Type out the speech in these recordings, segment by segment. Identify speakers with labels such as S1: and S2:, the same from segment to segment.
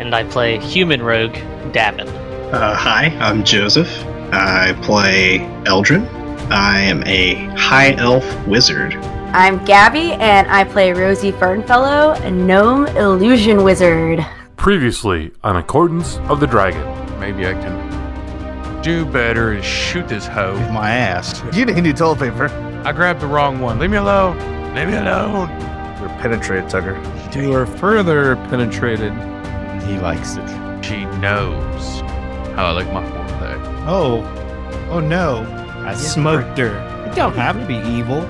S1: and I play human rogue Davin.
S2: Uh, hi, I'm Joseph. I play Eldrin. I am a high elf wizard.
S3: I'm Gabby, and I play Rosie Fernfellow, a gnome illusion wizard.
S4: Previously on Accordance of the Dragon.
S5: Maybe I can do better and shoot this hoe.
S6: my ass. You didn't need toilet paper.
S5: I grabbed the wrong one. Leave me alone. Leave me alone.
S6: You're penetrated, Tucker.
S7: You are further penetrated.
S6: He likes it.
S5: She knows how I like my foreleg.
S8: Oh, oh no! I smoked her. It don't have to be evil.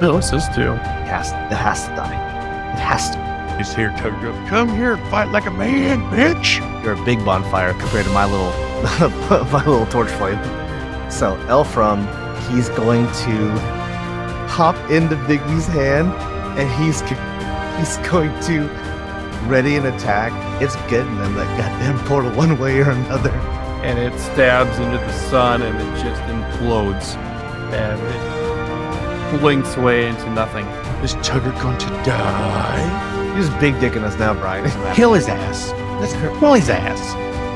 S7: No, it says two.
S6: It has, it has to die. It has to.
S5: He's here, Tugger. Come here and fight like a man, bitch.
S6: You're a big bonfire compared to my little, my little torch flame. So Elfram, he's going to hop into Biggie's hand, and he's g- he's going to ready an attack. It's getting in that goddamn portal one way or another.
S7: And it stabs into the sun and it just implodes. And it blinks away into nothing.
S8: Is Tugger going to die?
S6: You're just big dicking us now, Brian.
S8: Kill his ass. Let's kill his ass.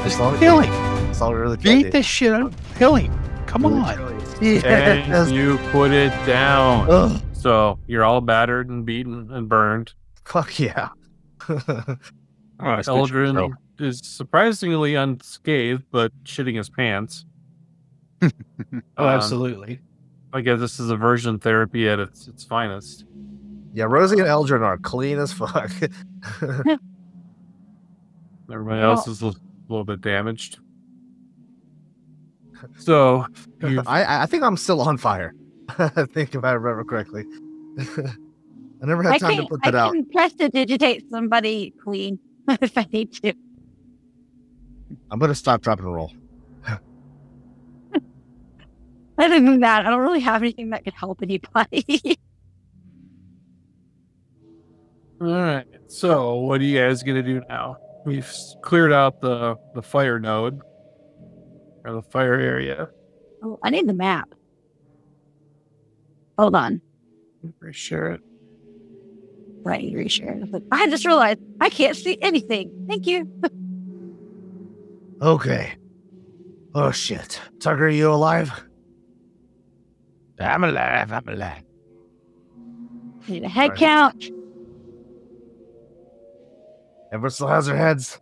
S6: As long as-
S8: Kill him.
S6: That's all we really can
S8: Beat
S6: do.
S8: the shit out of him. Kill him. Come on.
S7: And
S6: Yes.
S7: you put it down.
S6: Ugh,
S7: So you're all battered and beaten and burned.
S6: fuck yeah. That's
S8: Oh,
S7: Eldrin is surprisingly unscathed, but shitting his pants.
S8: Oh,
S7: Um,
S8: absolutely.
S7: I guess this is aversion therapy at its, its finest.
S6: Yeah, Rosie and Eldrin are clean as fuck.
S7: Everybody else is a little bit damaged. So
S6: I,
S7: you've
S6: I I think I'm still on fire. I think if I remember correctly. I never had
S9: I
S6: time to
S9: can,
S6: put
S9: I
S6: that out.
S9: can press to digitate somebody clean if I need to.
S6: I'm gonna stop, drop, and roll.
S9: Other than that, I don't really have anything that could help anybody.
S7: All right. So, what are you guys gonna do now? We've s- cleared out the the fire node or the fire area.
S9: oh, I need the map. Hold on.
S7: I'm pretty sure it.
S9: Right, you reshare. it. But I just realized I can't see anything. Thank you.
S6: Okay. Oh shit. Tucker, are you alive?
S8: I'm alive. I'm alive.
S9: I need a head
S6: Right.
S9: count.
S6: Everyone still has their heads.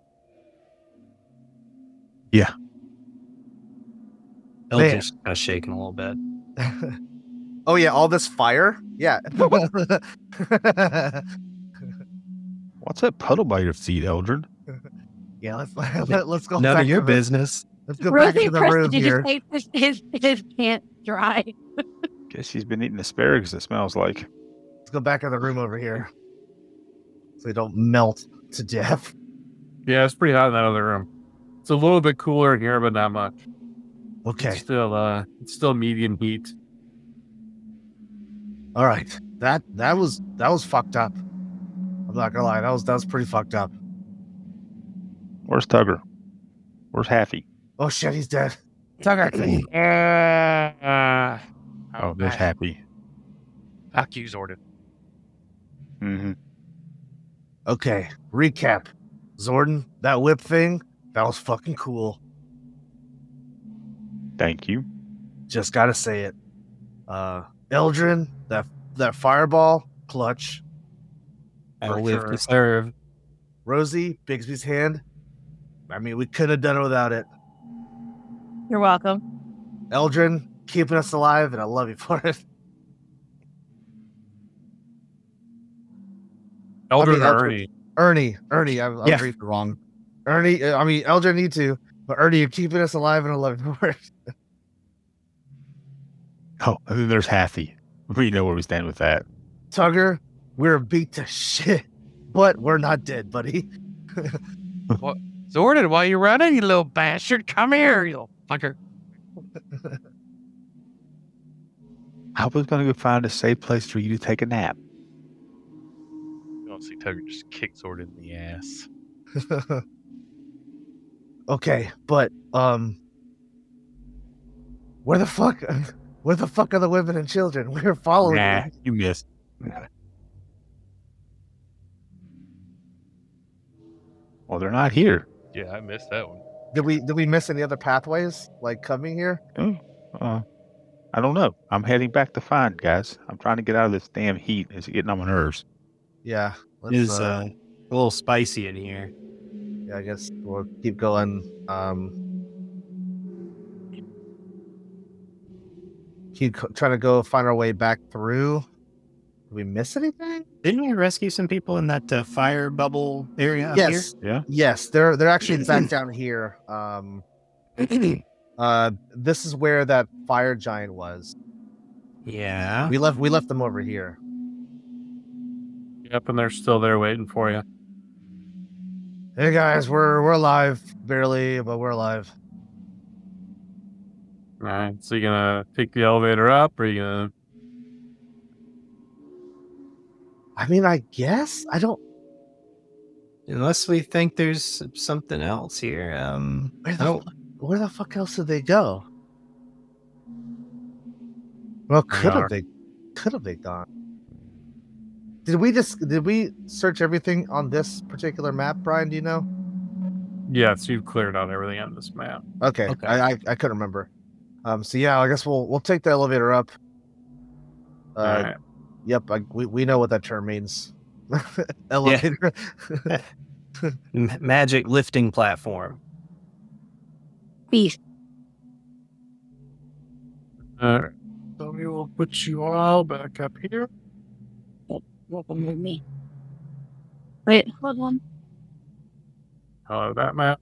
S6: Man.
S8: Eldrin's kind of shaking a little bit.
S6: oh yeah, all this fire? Yeah.
S10: What's that puddle by your feet, Eldred?
S6: yeah, let's let, let's go.
S8: None
S6: back
S8: of your
S6: to the-
S8: business.
S6: Let's go back
S9: Rosie
S6: to the
S9: pressed to
S6: room here.
S9: digitate his, his, his pants dry.
S10: Guess he's been eating asparagus, it smells like.
S6: Let's go back in the room over here. So they don't melt to death.
S7: Yeah, it's pretty hot in that other room. It's a little bit cooler in here, but not much.
S6: Okay.
S7: It's still uh, it's still medium heat.
S6: All right, that that was that was fucked up. I'm not gonna lie, that was that was pretty fucked up.
S10: Where's Tugger? Where's Haffy?
S6: Oh shit, he's dead.
S10: Oh, there's Happy.
S8: Fuck you, Zordon.
S10: Mm-hmm.
S6: Okay, recap. Zordon, that whip thing, that was fucking cool.
S10: Thank you.
S6: Just gotta say it. Uh, Eldrin, that that fireball, clutch.
S8: I
S6: uh,
S7: For
S8: live
S7: sure.
S8: to see.
S7: Or-
S6: Rosie, Bigsby's hand. I mean, we couldn't have done it without it.
S9: You're welcome.
S6: Eldrin, keeping us alive, and I love you for it.
S7: Eldrin
S6: mean,
S7: or
S6: Eldrin-
S7: Ernie.
S6: Ernie, Ernie, I, I
S8: Yeah.
S6: reading it wrong. Ernie, uh, I mean Eldrin, you too, but Ernie, you're keeping us alive and I love you for it.
S10: Oh, and then there's Haffy. We know where we stand with that.
S6: Tugger, we're beat to shit, but we're not dead, buddy.
S1: Sorted while you're running, you little bastard. Come here, you little fucker.
S11: I was gonna go find a safe place for you to take a nap.
S12: You don't see Tugger just kick Zord in the ass.
S6: okay, but um, where the fuck, where the fuck are the women and children? We're following.
S11: Nah, you
S6: you.
S11: missed. Well, they're not here.
S12: Yeah, I missed that one.
S6: Did we did we miss any other pathways like coming here?
S11: Hmm, Uh, I don't know. I'm heading back to find guys. I'm trying to get out of this damn heat. It's getting on my nerves.
S6: Yeah,
S13: It is uh, a little spicy in here.
S6: yeah, I guess we'll keep going. Um, keep co- trying to go find our way back through. Did we miss anything?
S13: Didn't we rescue some people in that uh, fire bubble area? up
S6: yes,
S13: Here?
S6: yes. They're they're actually back down here. Um, uh, this is where that fire giant was.
S13: Yeah.
S6: We left we left them over here.
S2: Yep, and they're still there waiting for you.
S6: Hey guys, we're we're alive, barely, but we're alive.
S2: All right, so you gonna take the elevator up, or you gonna?
S6: I mean, I guess I don't.
S13: Unless we think there's something else here. Um,
S6: Where the
S13: I don't.
S6: fu- where the fuck else did they go? Well, could
S13: are.
S6: have they? Could have they gone? Did we just did we search everything on this particular map, Brian? Do you know?
S2: Yes, you've cleared out everything on this map.
S6: Okay, I, I I couldn't remember. Um, so yeah, I guess we'll we'll take the elevator up. Uh,
S2: Alright.
S6: Yep, I, we we know what that term means. elevator.
S13: M- magic lifting platform.
S14: Beast.
S2: All right. So we will put you all back up here.
S14: Welcome with me. Wait, hold on.
S2: Hello, that map.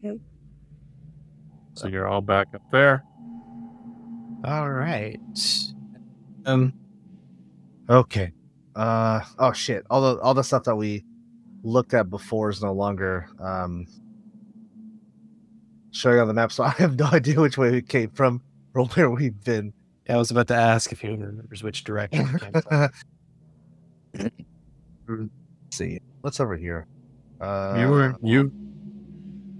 S14: Yep.
S2: So you're all back up there.
S13: All right. Um.
S6: Okay. Uh oh shit. All the all the stuff that we looked at before is no longer um showing on the map, so I have no idea which way we came from or where we've been.
S13: I was about to ask if he remembers which direction. it came from.
S6: Let's see. What's over here? Uh
S2: you were you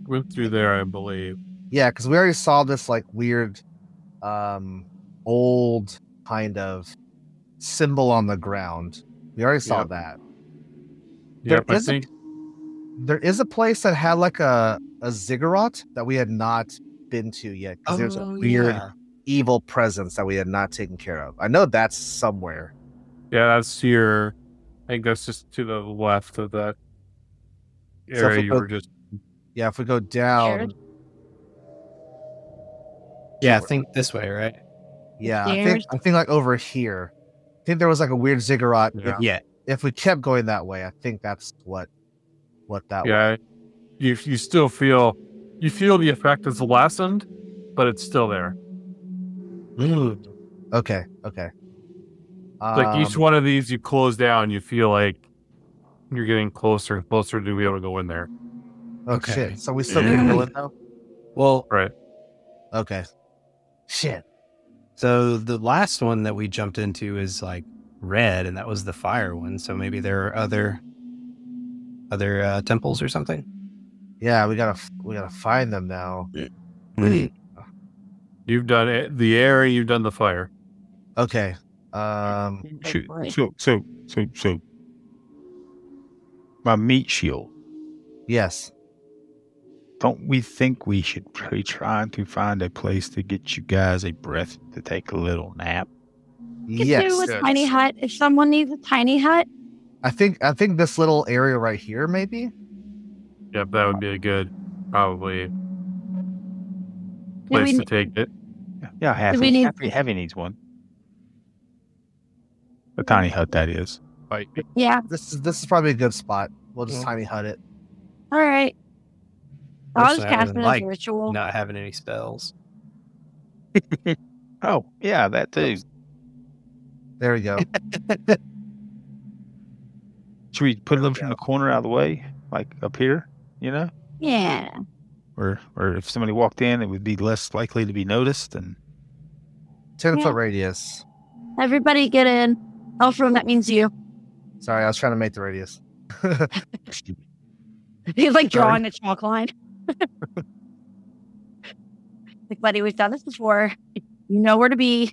S2: went through there, I believe.
S6: Yeah, because we already saw this like weird, um, old kind of symbol on the ground. We already saw
S2: Yep.
S6: that.
S2: Yep, I
S6: is a-
S2: think-
S6: there is a place that had like a a ziggurat that we had not been to yet because there's a
S13: Oh,
S6: weird
S2: uh,
S13: yeah.
S6: evil presence that we had not taken care of. I know that's somewhere.
S2: Yeah, that's your. I think that's just to the left of that
S6: So if
S2: area
S6: we
S2: you
S6: go-
S2: were just.
S6: Yeah, if we go down,
S13: Yeah, I think this way, right?
S6: Yeah, I
S13: Upstairs.
S6: think, I think like over here. I think there was like a weird ziggurat.
S2: Yeah.
S6: If,
S13: Yeah.
S6: if we kept going that way, I think that's what what that was.
S2: Yeah, you you still feel you feel the effect is lessened, but it's still there.
S6: Okay, okay.
S2: like each
S6: Um,
S2: one of these you close down, you feel like you're getting closer and closer to be able to go in there.
S6: Oh
S13: Okay.
S6: shit! So we still can go in though.
S13: Well,
S2: Right.
S6: Okay. Shit.
S13: So the last one that we jumped into is like red, and that was the fire one. So maybe there are other other uh, temples or something.
S6: Yeah, we gotta f- we gotta find them now.
S2: You've done it, the air, you've done the fire.
S6: Okay. Um.
S11: Shoot. So so so so. My meat shield.
S6: Yes.
S11: Don't we think we should be trying to find a place to get you guys a breath to take a little nap?
S14: You could do a tiny hut if someone needs a tiny hut.
S6: I think I think this little area right here maybe.
S2: Yep, that would be a good probably
S14: Do we
S2: place to
S14: ne-
S2: take it.
S11: Yeah,
S14: Do we
S11: Happy,
S14: need-
S11: Happy, Happy needs one. A tiny hut that is.
S14: Yeah.
S6: This is this is probably a good spot. We'll just
S13: Yeah.
S6: tiny hut it.
S14: All right. I'll just
S13: Personally, I
S14: cast it
S13: would
S14: as
S13: like
S14: a ritual.
S13: Not having any spells.
S11: Oh, yeah, that too.
S6: There we go.
S11: Should we put them from the corner out of the way, like up here? you know?
S9: Yeah.
S11: Or or if somebody walked in, it would be less likely to be noticed. And
S6: Ten
S9: Yeah.
S6: foot radius.
S9: Everybody get in. Elfram, that means you.
S6: Sorry, I was trying to make the radius.
S9: He's like
S6: Sorry.
S9: drawing a chalk line. like, buddy, we've done this before. You know where to be.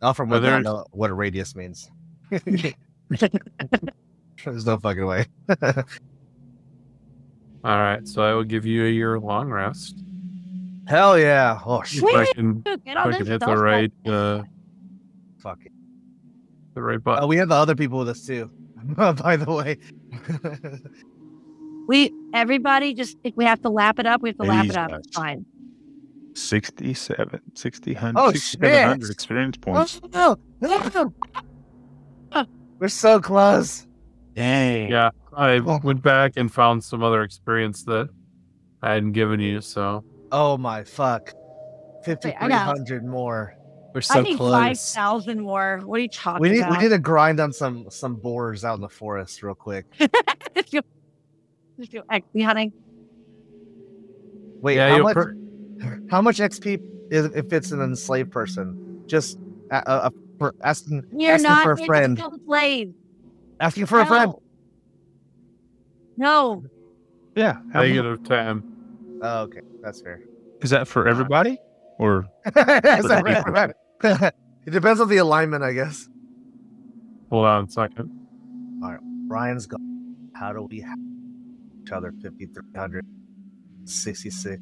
S6: Alfred
S4: Are
S6: would
S4: there-
S6: not know what a radius means. There's no fucking way.
S4: All right, so I will give you a year long rest.
S6: Hell yeah! Oh shit!
S4: If I can,
S9: Get
S4: if
S9: all
S4: I
S9: this
S4: can hit the
S9: stuff
S4: right, uh,
S6: Fuck it.
S4: the right button.
S6: Oh, we have the other people with us too. By the way,
S9: We everybody just if we have to lap it up, we have to lap
S11: Please,
S9: it up.
S11: guys.
S9: It's fine.
S11: 67, 60, 100,
S6: Oh,
S11: 6700
S6: shit.
S11: experience
S6: oh,
S11: points.
S6: no, no. we're so close.
S11: Dang.
S4: Yeah, I
S6: Oh.
S4: went back and found some other experience that I hadn't given you. So
S6: Oh my fuck! Fifty
S9: Wait, I
S6: three
S9: got-
S6: hundred more.
S2: We're
S9: I need five thousand more. What are you talking
S6: We need
S9: about?
S6: we need to grind on some some boars out in the forest real quick.
S9: Let's go. Let's go XP hunting.
S6: Wait,
S4: Yeah,
S6: how
S4: you'll
S6: much?
S4: per-
S6: how much XP is if it's an enslaved person? Just a, a, a, for asking,
S9: You're
S6: asking
S9: not
S6: for a
S9: in
S6: friend.
S9: skilled slave.
S6: Asking for a friend.
S9: No.
S11: Yeah. How mu-
S4: negative ten.
S6: Oh, okay, that's fair.
S11: Is that for everybody? Or
S6: That's
S11: But
S6: all right, all right. it depends on the alignment, I guess.
S4: Hold on a second.
S6: Ryan's gone. How do we have each other? 5,366.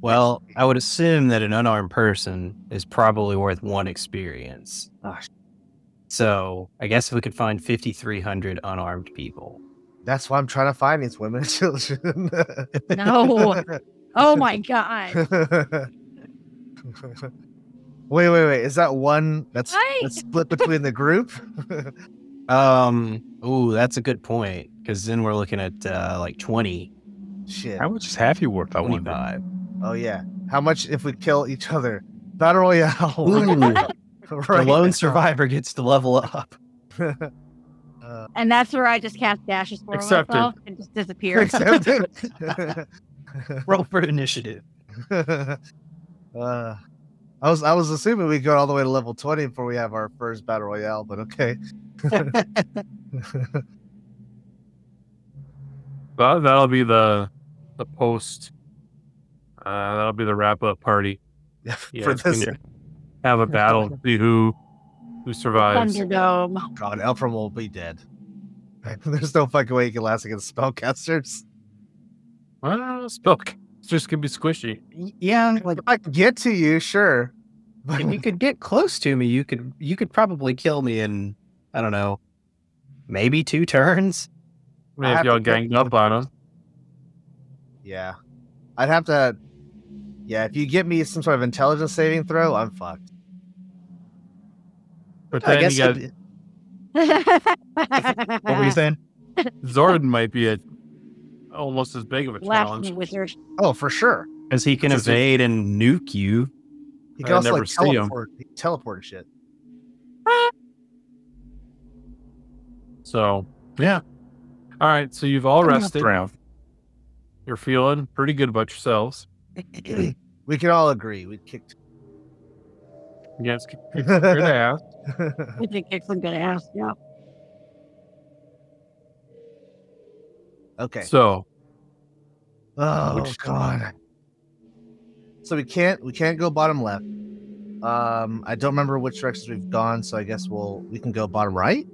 S2: well, I would assume that an unarmed person is probably worth one experience.
S6: Ah, sh-
S2: So I guess if we could find 5,300 unarmed people.
S6: That's why I'm trying to find these women and children.
S9: No. Oh my god.
S6: wait, wait, wait. Is that one that's,
S9: Right.
S6: that's split between the group?
S2: Um, ooh, that's a good point because then we're looking at uh, like 20,
S6: Shit.
S11: how much is half you worth? I wonder.
S2: 25.
S6: Oh, yeah. How much if we kill each other? Battle Royale.
S2: Ooh, the
S6: right.
S2: lone survivor gets to level up.
S6: Uh,
S9: And that's where I just cast dashes for
S2: Accepted.
S9: myself and just disappear.
S6: accepted.
S2: Roll for initiative.
S6: uh, I was I was assuming we go all the way to level twenty before we have our first battle royale, but okay.
S4: That, that'll be the the post. Uh, that'll be the wrap up party. Yeah,
S6: For
S4: it's gonna
S6: this,
S4: Have a battle. and See who who survives.
S9: Thunderdome.
S6: God, Elfram will be dead. There's no fucking way he can last against spellcasters.
S4: Well, spilk. It's just gonna be squishy.
S2: Yeah, like
S6: If I can get to you, sure. But
S2: if you could get close to me, you could you could probably kill me in I don't know, maybe two turns.
S4: I mean,
S6: I
S4: if
S6: have
S4: y'all
S6: to pick
S4: ganged up on him,
S6: yeah, I'd have to. Yeah, if you get me some sort of intelligence saving throw, I'm fucked.
S4: but then you got
S2: it'd be-
S9: what
S2: saying?
S4: Zordon might be a almost as big of a challenge.
S9: Laughing wizard.
S6: Oh, for sure.
S2: Because he can
S4: Because he-
S2: evade and nuke you.
S6: He
S4: I
S6: can also
S4: never
S6: like
S4: see 'em.
S6: teleport, teleport and shit.
S4: So yeah. All right. So you've all rested.
S11: Round.
S4: You're feeling pretty good about yourselves.
S6: We can all agree we kicked.
S4: You guys kicked your ass.
S9: I think it's some good ass. Yeah.
S6: okay.
S4: So
S6: Oh
S4: Which-
S6: god. So we can't we can't go bottom left. Um I don't remember which directions we've gone, so I guess we'll we can go bottom right.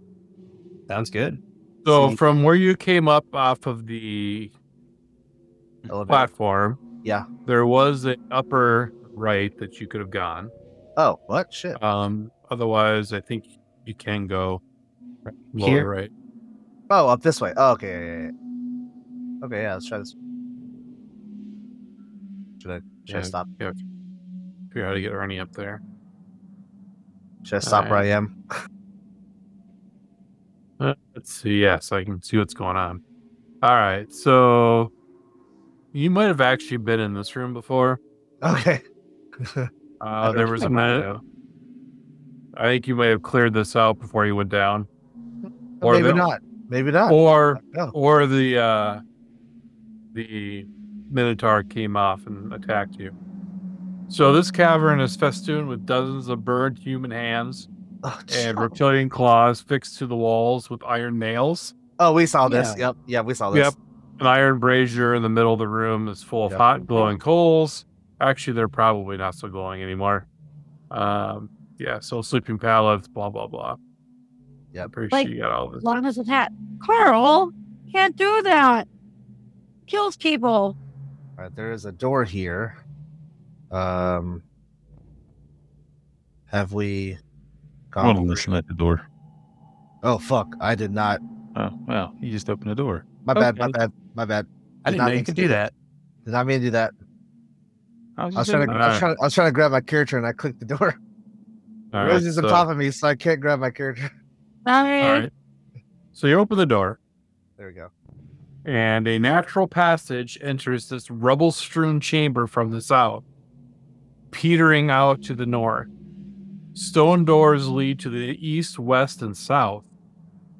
S2: Sounds good.
S4: so
S6: See.
S4: from where you came up off of the
S6: Elevator.
S4: platform,
S6: Yeah.
S4: there was an upper right that you could have gone.
S6: Oh, what shit.
S4: Um, otherwise, I think you can go lower
S2: Here?
S4: right.
S6: Oh, up this way. Oh, okay. yeah, yeah, yeah. Okay, yeah, let's try this. Should I should I
S4: Yeah.
S6: stop?
S4: Yeah. Figure out how to get Ernie up there.
S6: Should I stop where I
S4: Alright.
S6: am?
S4: Uh, Let's see. Yeah, so I can see what's going on. All right. So you might have actually been in this room before.
S6: Okay.
S4: Uh,
S2: don't
S4: there was a
S2: think I
S4: minute. I think you may have cleared this out before you went down. Or
S6: Maybe
S4: the-
S6: not. Maybe not.
S4: Or or the uh, the minotaur came off and attacked you. So this cavern is festooned with dozens of burned human hands
S6: Oh,
S4: and reptilian claws fixed to the walls with iron nails.
S6: Oh, we saw this. Yep. Yeah, we saw this.
S4: Yep. An iron brazier in the middle of the room is full of
S6: Yep.
S4: hot glowing coals. Actually, they're probably not so glowing anymore. Um, yeah, so sleeping pallets, blah blah blah.
S6: Yeah,
S4: pretty
S9: Like-
S4: sure you got all this.
S9: Long as it's hat. Carl, can't do that. Kills people.
S6: All right, there is a door here. Um, have we
S11: I want to
S6: gone?
S11: listen at the door.
S6: Oh fuck! I did not.
S11: Oh well, you just opened the door.
S6: My bad. My
S11: Okay.
S6: bad. My bad.
S11: I didn't
S6: not
S11: know you
S6: mean
S11: could
S6: to
S11: do that.
S6: Did not mean to do that.
S11: I was
S6: I was,
S11: just
S6: trying to, I, was
S11: opening-
S6: trying, I was trying to grab my character and I clicked the door.
S4: All right,
S6: Rosie's
S4: so-
S6: on top of me, so I can't grab my character.
S9: Sorry.
S4: All right. So you open the door,
S6: There we go.
S4: and a natural passage enters this rubble strewn chamber from the south, petering out to the north. Stone doors lead to the east, west, and south.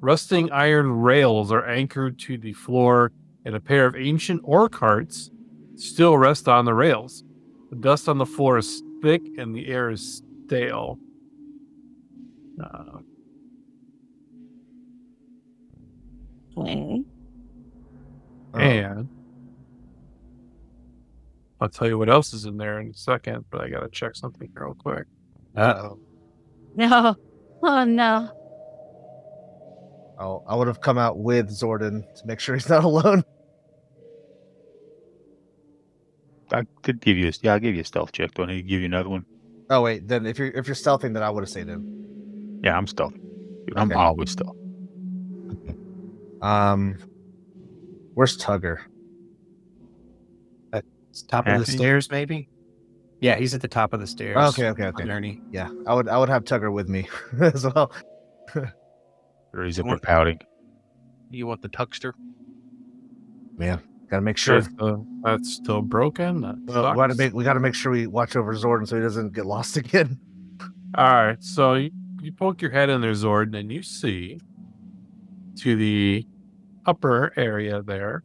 S4: Rusting iron rails are anchored to the floor, and a pair of ancient ore carts still rest on the rails. The dust on the floor is thick, and the air is stale. Uh,
S9: Okay.
S4: And I'll tell you what else is in there in a second, but I gotta check something here real quick.
S15: Uh oh.
S9: No. Oh no.
S6: Oh, I would have come out with Zordon to make sure he's not alone.
S11: I could give you. A, yeah, I'll give you a stealth check. Do I need to give you another one?
S6: Oh wait, then if you're if you're stealthing, then I would have saved him.
S11: Yeah, I'm stealth. Dude, I'm
S6: Okay.
S11: always stealth.
S6: Um, where's Tugger?
S15: It's top of the
S6: Happy?
S15: stairs, maybe? Yeah, he's at the top of the stairs.
S6: okay, okay, okay.
S15: on Ernie.
S6: Yeah, I would I would have Tugger with me as well.
S11: Or he's up there pouting.
S2: You want the tuckster?
S6: Man, gotta make sure.
S4: Is, uh, that's still broken. That
S6: Well, we gotta
S4: sucks.
S6: make we gotta make sure we watch over Zordon so he doesn't get lost again.
S4: All right, so you, you poke your head in there, Zord, and you see to the upper area there.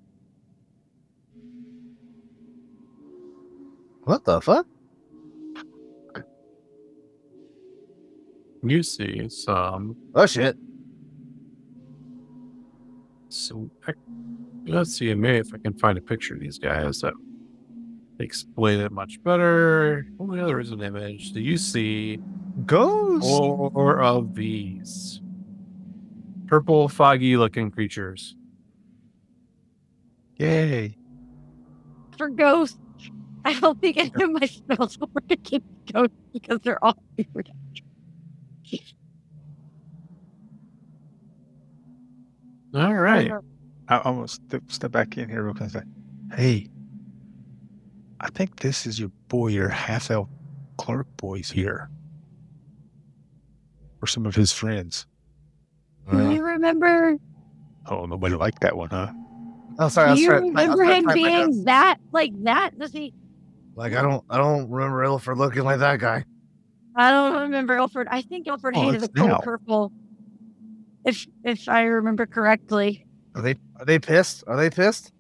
S6: What the fuck?
S4: You see some
S6: Oh shit!
S4: So I, let's see, maybe if I can find a picture of these guys that explain it much better. Oh, yeah, there is an image. Do you see
S6: ghosts
S2: Oh,
S4: or of these purple, foggy-looking creatures?
S11: Yay!
S9: For ghosts. I don't think any of my spells will work against ghosts because they're all weird.
S4: All right.
S11: I almost step, step back in here real quick and say, "Hey, I think this is your boy, your half elf clerk boy's here, or some of his friends."
S9: Do you remember
S11: Oh, nobody liked that one, huh?
S6: Oh, sorry.
S9: do
S6: I was
S9: you
S6: trying, I was
S9: remember
S6: trying to
S9: him
S6: type my notes.
S9: being that like that? Does he
S6: Like I don't I don't remember Illifer looking like that guy.
S9: I don't remember Ilford. I think Ilford
S6: Oh,
S9: hated the
S6: it's
S9: cold
S6: now.
S9: purple. If if I remember correctly.
S6: Are they are they pissed? Are they pissed?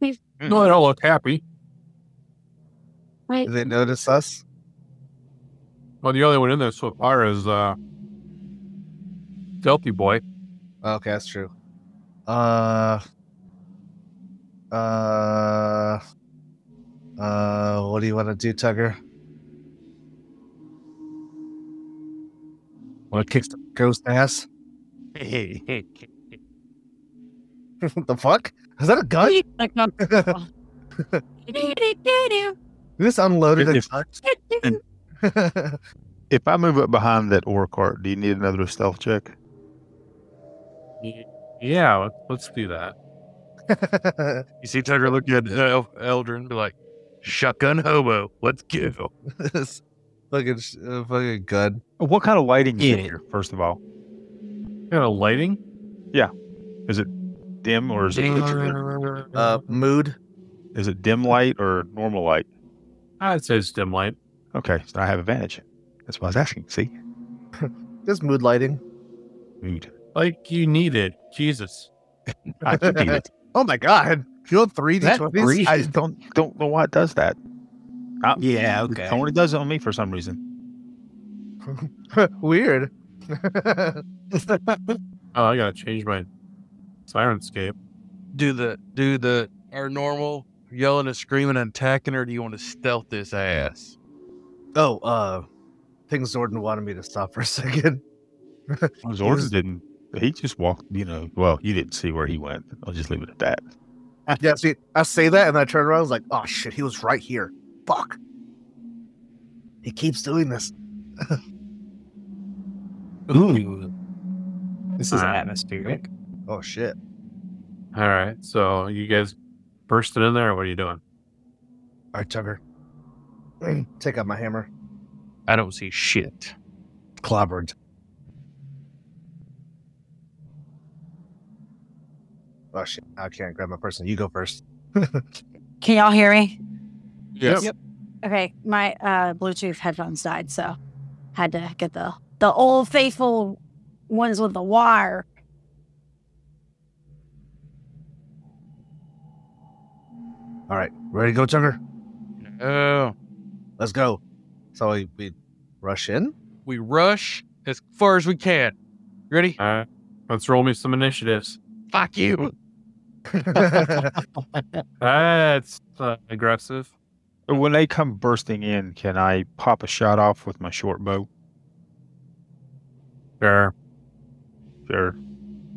S4: No, they don't look happy.
S9: Right.
S6: Did they notice us?
S4: Well, the only one in there so far is uh, Stealthy Boy.
S6: Okay, that's true. Uh uh uh what do you want to do, Tugger? Wanna kick the ghost ass? what the fuck? Is that a gun?
S9: Like um, not
S6: this unloaded a
S11: If-
S6: gun?
S11: If I move up behind that ore cart, do you need another stealth check?
S4: Y- Yeah, let- let's do that.
S2: You see Tucker looking at El- Eldrin, be like, "Shotgun hobo, let's go."
S6: this fucking sh- uh, fucking gun.
S11: What kind of lighting is
S6: Get
S11: in
S6: it.
S11: here? First of all,
S4: Kind of lighting?
S11: Yeah. Is it dim or is it
S6: Uh, mood?
S11: Is it dim light or normal light?
S4: I'd say it's dim light.
S11: Okay, so I have advantage. That's why I was asking. See,
S6: Just mood lighting.
S11: mood.
S2: Like you need it. Jesus.
S11: I could beat it. Oh my god! You know three d
S2: That
S11: twenties.
S2: brief-
S11: I don't don't know why it does that. Uh,
S13: Yeah,
S11: it
S13: okay.
S11: Only does it on me for some reason.
S6: Weird.
S2: Oh, I gotta change my sirenscape.
S12: Do the do the our normal yelling and screaming and attacking, or do you want to stealth this ass?
S6: oh, uh, thing Zordon wanted me to stop for a second.
S16: Zords didn't. He just walked. You know. Well, you didn't see where he went. I'll just leave it at that.
S6: yeah, see, I say that and I turn around. I was like, oh shit, he was right here. Fuck. He keeps doing this.
S13: Ooh. This is
S2: Ah.
S13: atmospheric.
S6: Oh shit.
S2: All right. So you guys bursting in there? or What are you doing?
S6: All right, Tucker. Take out my hammer.
S12: I don't see shit.
S6: Clobbered. Oh shit, I can't grab my person. You go first.
S9: Can y'all hear me?
S6: Yes. Yep.
S9: Okay, my uh, Bluetooth headphones died, so had to get the the old faithful ones with the wire.
S6: All right, ready to go, Tucker?
S12: Oh,
S6: Let's go. So we, we rush in.
S12: we rush as far as we can. Ready?
S2: All right. Let's roll me some initiatives.
S12: Fuck you.
S2: That's uh, aggressive.
S16: When they come bursting in, can I pop a shot off with my short bow?
S2: Sure.
S16: Sure.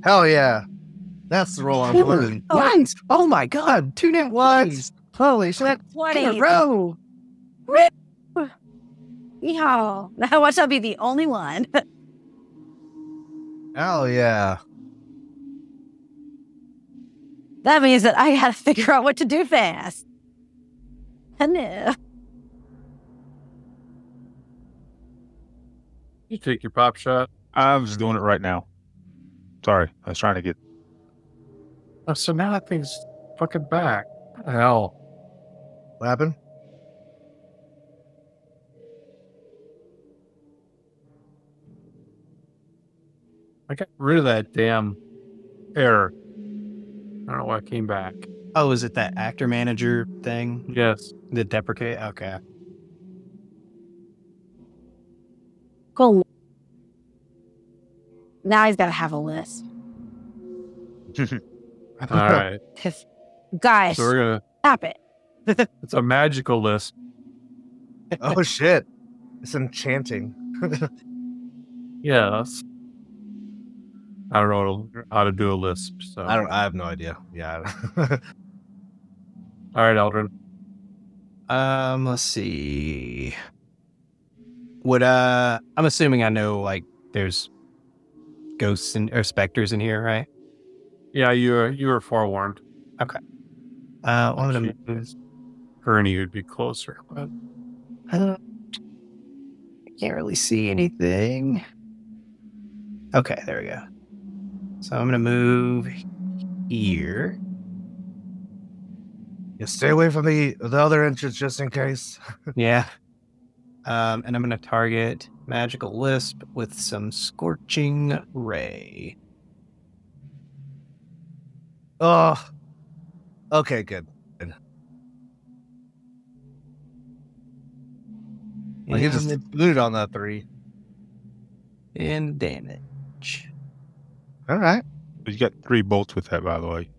S6: Hell yeah. That's the roll I'm learning.
S1: Ones! Oh my god, two net ones! Holy shit! In
S9: Twenty.
S1: a row!
S9: Rip. Yeehaw! Now watch, I'll be the only one.
S6: Hell yeah.
S9: that means that I gotta figure out what to do fast. Hello.
S2: You take your pop shot.
S16: I'm just doing it right now. Sorry, I was trying to get.
S2: Oh, so now that thing's fucking back. Hell.
S6: What happened?
S2: I got rid of that damn error. I don't know why it came back.
S13: Oh, is it that actor manager thing?
S2: Yes.
S13: The deprecate? Okay.
S9: Go. Now he's gotta have a list.
S2: All right.
S9: Guys,
S2: So we're gonna.
S9: stop it.
S2: It's a magical list.
S6: Oh shit. It's enchanting.
S2: Yes. I don't know how to do a lisp. So
S6: I don't I have no idea. Yeah.
S2: All right, Eldrin.
S13: Um, let's see. Would uh I'm assuming I know like there's ghosts and or specters in here, right?
S2: Yeah, you were you were forewarned.
S13: Okay. Uh one of them
S2: is Gurney would be closer, but
S13: I don't I can't really see anything. Okay, there we go. So I'm gonna move here.
S6: yeah, stay away from the the other entrance just in case.
S13: Yeah. Um, and I'm gonna target magical lisp with some scorching ray.
S6: Oh. Okay, good. Like, he
S13: And
S6: just
S13: the-
S6: glued on that three.
S13: and damage.
S6: All right.
S16: You got three bolts with that, by the way.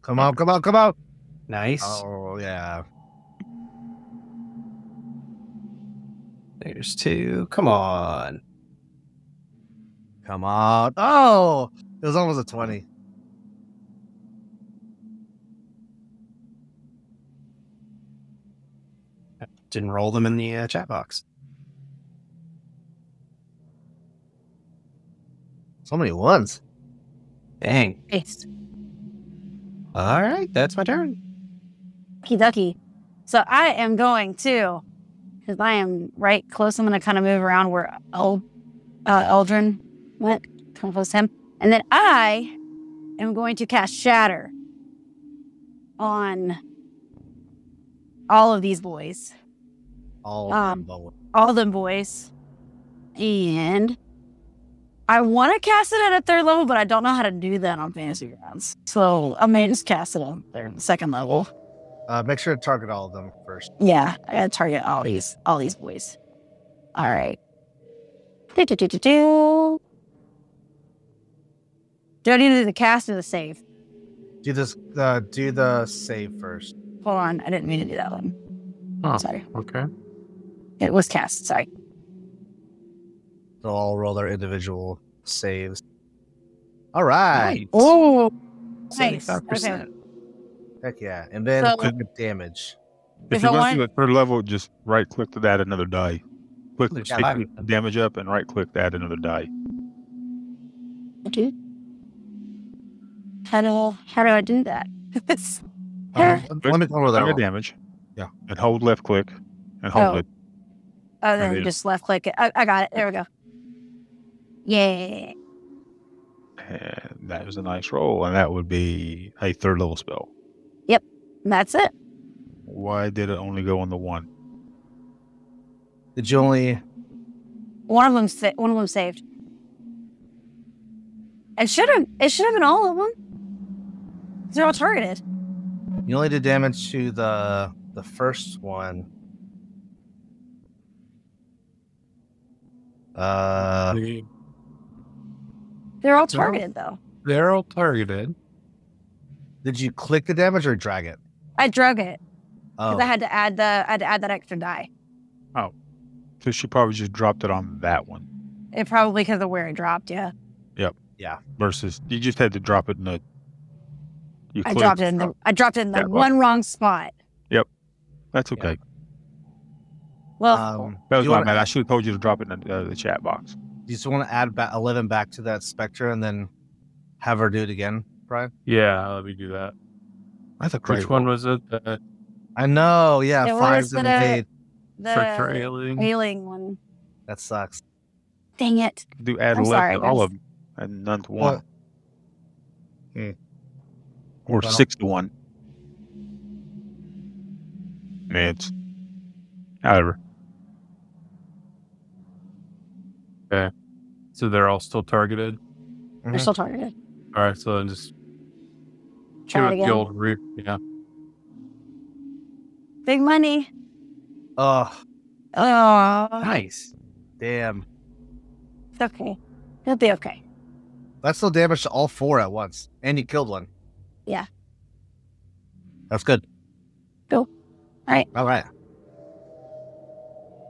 S6: Come on, come on, come on.
S13: Nice.
S6: Oh yeah.
S13: There's two. Come on.
S6: Come on. Oh, it was almost a 20.
S13: Didn't roll them in the uh, chat box.
S6: So many ones.
S13: Dang.
S9: It's
S13: All right, that's my turn.
S9: Okie ducky. So I am going to, because I am right close. I'm going to kind of move around where El, uh, Eldrin went, come close to him. And then I am going to cast Shatter on all of these boys,
S6: All
S9: Um,
S6: rainbow.
S9: all them boys. And I want to cast it at a third level, but I don't know how to do that on Fantasy Grounds. So I may just cast it on third, second level.
S6: Uh, make sure to target all of them first.
S9: Yeah, I gotta target all these, all these boys. All right. Do, do, do, do, do. Do I need to do the cast or the save?
S6: Do this. Uh, do the save first.
S9: Hold on, I didn't mean to do that one.
S2: Oh,
S9: Sorry.
S2: Okay.
S9: It was cast. Sorry.
S6: They'll all roll their individual saves. All right.
S9: Oh, nice.
S17: 75%.
S9: Okay.
S6: Heck yeah! And then
S9: So-
S6: click with damage.
S11: If,
S9: If
S11: you
S9: I
S11: go
S9: want-
S11: to the third level, just right click to add another die. Click
S17: There's
S11: to
S17: five
S11: take damage up and right click to add another die.
S9: Do- How do how do I do that? It's- How-
S11: Let me
S6: roll that roll.
S11: damage. Yeah, and hold left click, and hold
S9: Oh.
S11: it.
S9: oh, then
S11: it is.
S9: just left click it. I, I got it. There we go. Yeah.
S11: And that is a nice roll, and that would be a third level spell.
S9: Yep. And That's it.
S11: Why did it only go on the one?
S6: Did you only?
S9: One of them. Sa- one of them saved. It should have. It should have been all of them. They're all targeted.
S6: You only did damage to the the first one. Uh,
S18: The-
S9: They're all
S18: They're all-
S9: targeted though.
S18: They're all targeted.
S6: Did you click the damage or drag it?
S9: I drug it because
S6: Oh,
S9: I had to add the. I had to add that extra die.
S11: So she probably just dropped it on that one.
S9: It probably because of where it dropped. Yeah.
S11: Yep.
S6: Yeah.
S11: Versus you just had to drop it in the. You Oh,
S9: I
S11: clicked.
S9: dropped it in the. I dropped it in the
S11: Yeah, well-
S9: one wrong spot.
S11: That's okay.
S9: Well,
S6: um,
S11: That was
S6: you
S11: my
S6: wanna-
S11: bad. I should have told you to drop it in the, uh, the chat box.
S6: Do you just want to add ba- 11 back to that spectra and then have her do it again, Brian?
S2: Yeah, let me do that.
S19: That's a
S2: Which one was it? The
S6: I know. Yeah,
S9: It uh, was
S6: five's in
S9: the-
S6: the eight.
S9: the
S2: for trailing?
S9: healing one.
S6: That sucks.
S9: Dang it!
S11: Do add
S9: I'm
S11: eleven
S9: sorry,
S11: to all
S9: guys.
S11: of them, and none to one,
S19: Hmm.
S11: or
S6: Well.
S11: six to one. Man, it's however.
S2: Okay. So they're all still targeted.
S9: They're still targeted.
S2: All right. So then just
S9: Try it
S2: give it
S9: again.
S2: the old re- yeah.
S9: Big money.
S6: Oh,
S9: Oh,
S17: Nice.
S6: damn.
S9: it's okay. It'll be okay.
S6: That's still damage to all four at once. And you killed one.
S9: Yeah.
S6: That's good.
S9: Cool. All right.
S6: All right.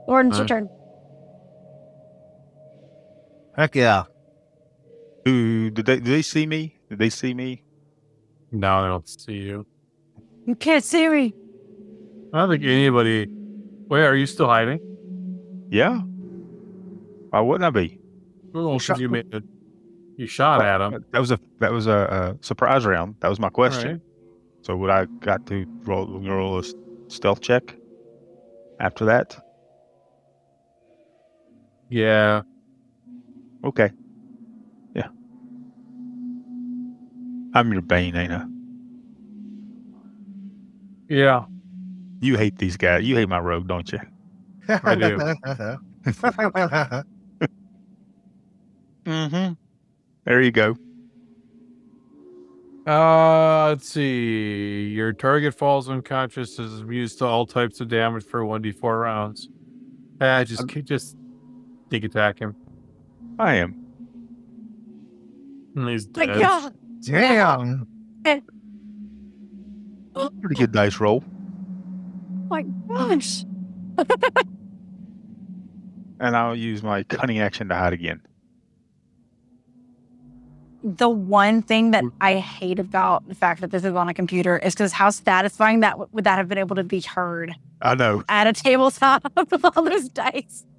S9: Lauren, it's your turn.
S6: Alright. Heck yeah.
S11: Ooh, did they? Did they see me? Did they see me?
S2: Now I don't see you.
S9: You can't see me.
S2: I don't think anybody. Wait, are you still hiding?
S11: Yeah. Why wouldn't I be?
S2: Well, 'cause you made a, you shot at him.
S11: That was a that was a, a surprise round. That was my question.
S2: Alright.
S11: So would I got to roll roll a s- stealth check after that?
S2: Yeah.
S11: Okay. Yeah. I'm your bane, ain't I?
S2: Yeah.
S11: You hate these guys. You hate my rogue, don't you?
S2: I do.
S11: Mm-hmm. There you go.
S2: Uh, let's see. Your target falls unconscious is used to all types of damage for 1d4 rounds. Ah, just ki- just sneak attack him.
S11: I am.
S2: And he's
S9: My
S2: dead.
S9: God.
S6: Damn.
S11: Pretty good dice roll.
S9: My gosh.
S11: And I'll use my cunning action to hide again.
S9: The one thing that I hate about the fact that this is on a computer is because how satisfying that w- would that have been able to be heard
S11: I know.
S9: at a tabletop with all those dice.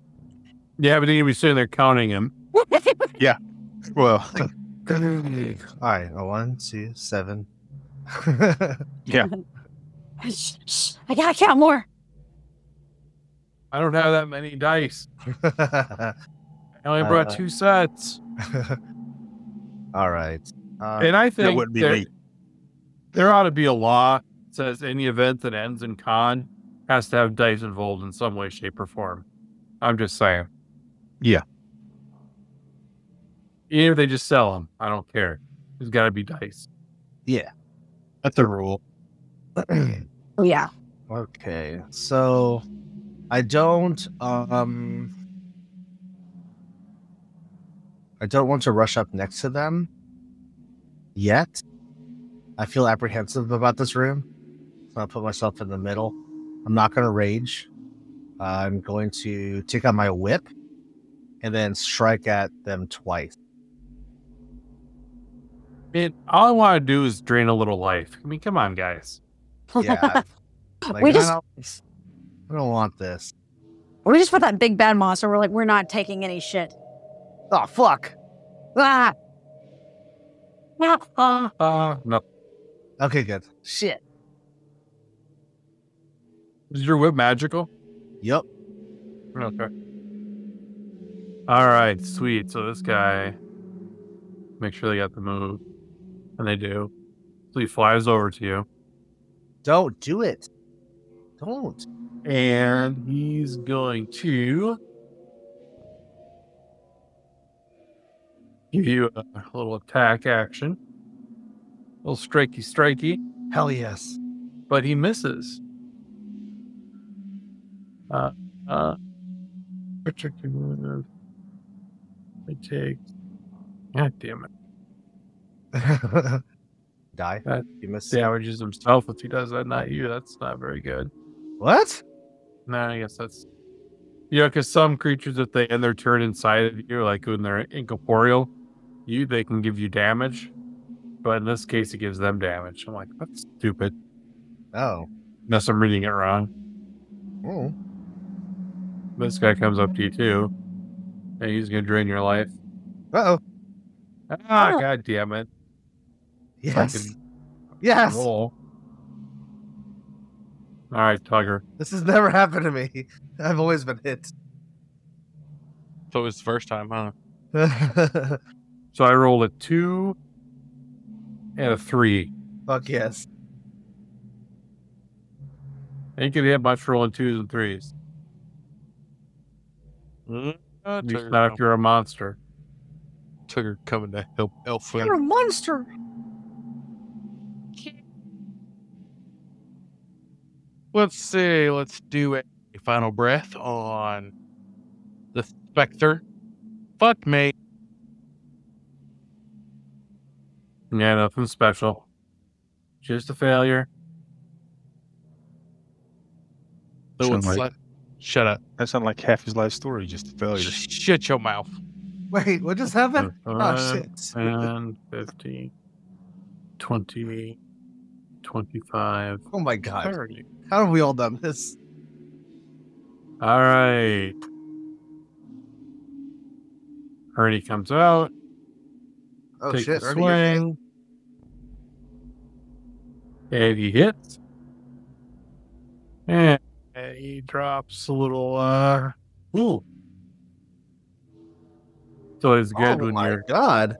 S2: Yeah, but then you'd be sitting there counting him.
S11: Yeah. Well,
S6: All right. A one, two, seven.
S11: yeah.
S9: I sh- sh- I gotta count more.
S2: I don't have that many dice. I only brought
S6: Uh,
S2: two sets.
S6: All right. Uh,
S2: and I think
S11: that wouldn't be
S2: there,
S11: me.
S2: there ought to be a law that says any event that ends in con has to have dice involved in some way, shape, or form. I'm just saying.
S11: Yeah.
S2: Even if they just sell them, I don't care. There's got to be dice.
S6: Yeah.
S12: That's a rule.
S9: Oh, yeah.
S6: Okay, so I don't um I don't want to rush up next to them yet. I feel apprehensive about this room. So I'll put myself in the middle. I'm not gonna rage. I'm going to take out my whip and then strike at them twice.
S2: Man, all I want to do is drain a little life. I mean, come on, guys.
S6: Yeah. Like,
S9: we
S6: I
S9: just
S6: don't- I don't want this.
S9: we just fought that big bad monster. We're like, we're not taking any shit.
S6: Oh fuck.
S9: Ah. Ah.
S2: Uh, no.
S6: Okay, good.
S9: Shit.
S2: Is your whip magical?
S6: Yep.
S2: Okay. All right, sweet. So this guy, make sure they got the move, and they do. So he flies over to you,
S6: Don't do it. Don't.
S2: and he's going to give you a little attack action, a little strikey, strikey,
S6: Hell yes.
S2: but he misses. Uh, uh, particular move. I take. God damn it.
S6: Die.
S2: That
S6: You missed.
S2: damages himself if he does that, not you. That's not very good.
S6: What?
S2: No, I guess that's. You know, because some creatures, if they end their turn inside of you, like when they're incorporeal, you they can give you damage. But in this case, it gives them damage. I'm like, that's stupid.
S6: Oh.
S2: Unless I'm reading it wrong.
S6: Oh.
S2: This guy comes up to you too, and he's gonna drain your life.
S6: Uh oh.
S2: Ah, god damn it! If I
S6: Yes.
S2: could
S6: Yes.
S2: Roll. All right, Tugger.
S6: This has never happened to me. I've always been hit.
S12: So it was the first time, huh?
S6: Fuck
S2: So I rolled a two and a three.
S6: yes.
S2: Ain't gonna hit much rolling twos and threes.
S12: Uh,
S2: At least
S12: Tugger,
S2: not if
S12: com-
S2: you're a monster.
S12: Tugger coming to help Elf.
S9: You're a monster.
S12: Let's see. Let's do a final breath on the Spectre. Fuck me.
S2: Yeah, nothing special. Just a failure.
S12: So
S11: Sound
S12: it's
S11: like-
S12: like- shut up.
S11: That sounded like half his life story, just a failure.
S12: Shut your mouth.
S6: Wait, what just happened?
S2: Uh,
S6: Oh
S2: Five,
S6: shit.
S2: 10, 15, 20, 25,
S6: Oh my god.
S2: 30.
S6: How have we all done this?
S2: All right. Ernie comes out.
S6: Oh
S2: takes
S6: shit.
S2: a
S6: Ernie, you're-
S2: swing. And he hits. And he drops a little. uh Ooh. So it's good
S6: Oh
S2: when
S6: my
S2: you're
S6: god.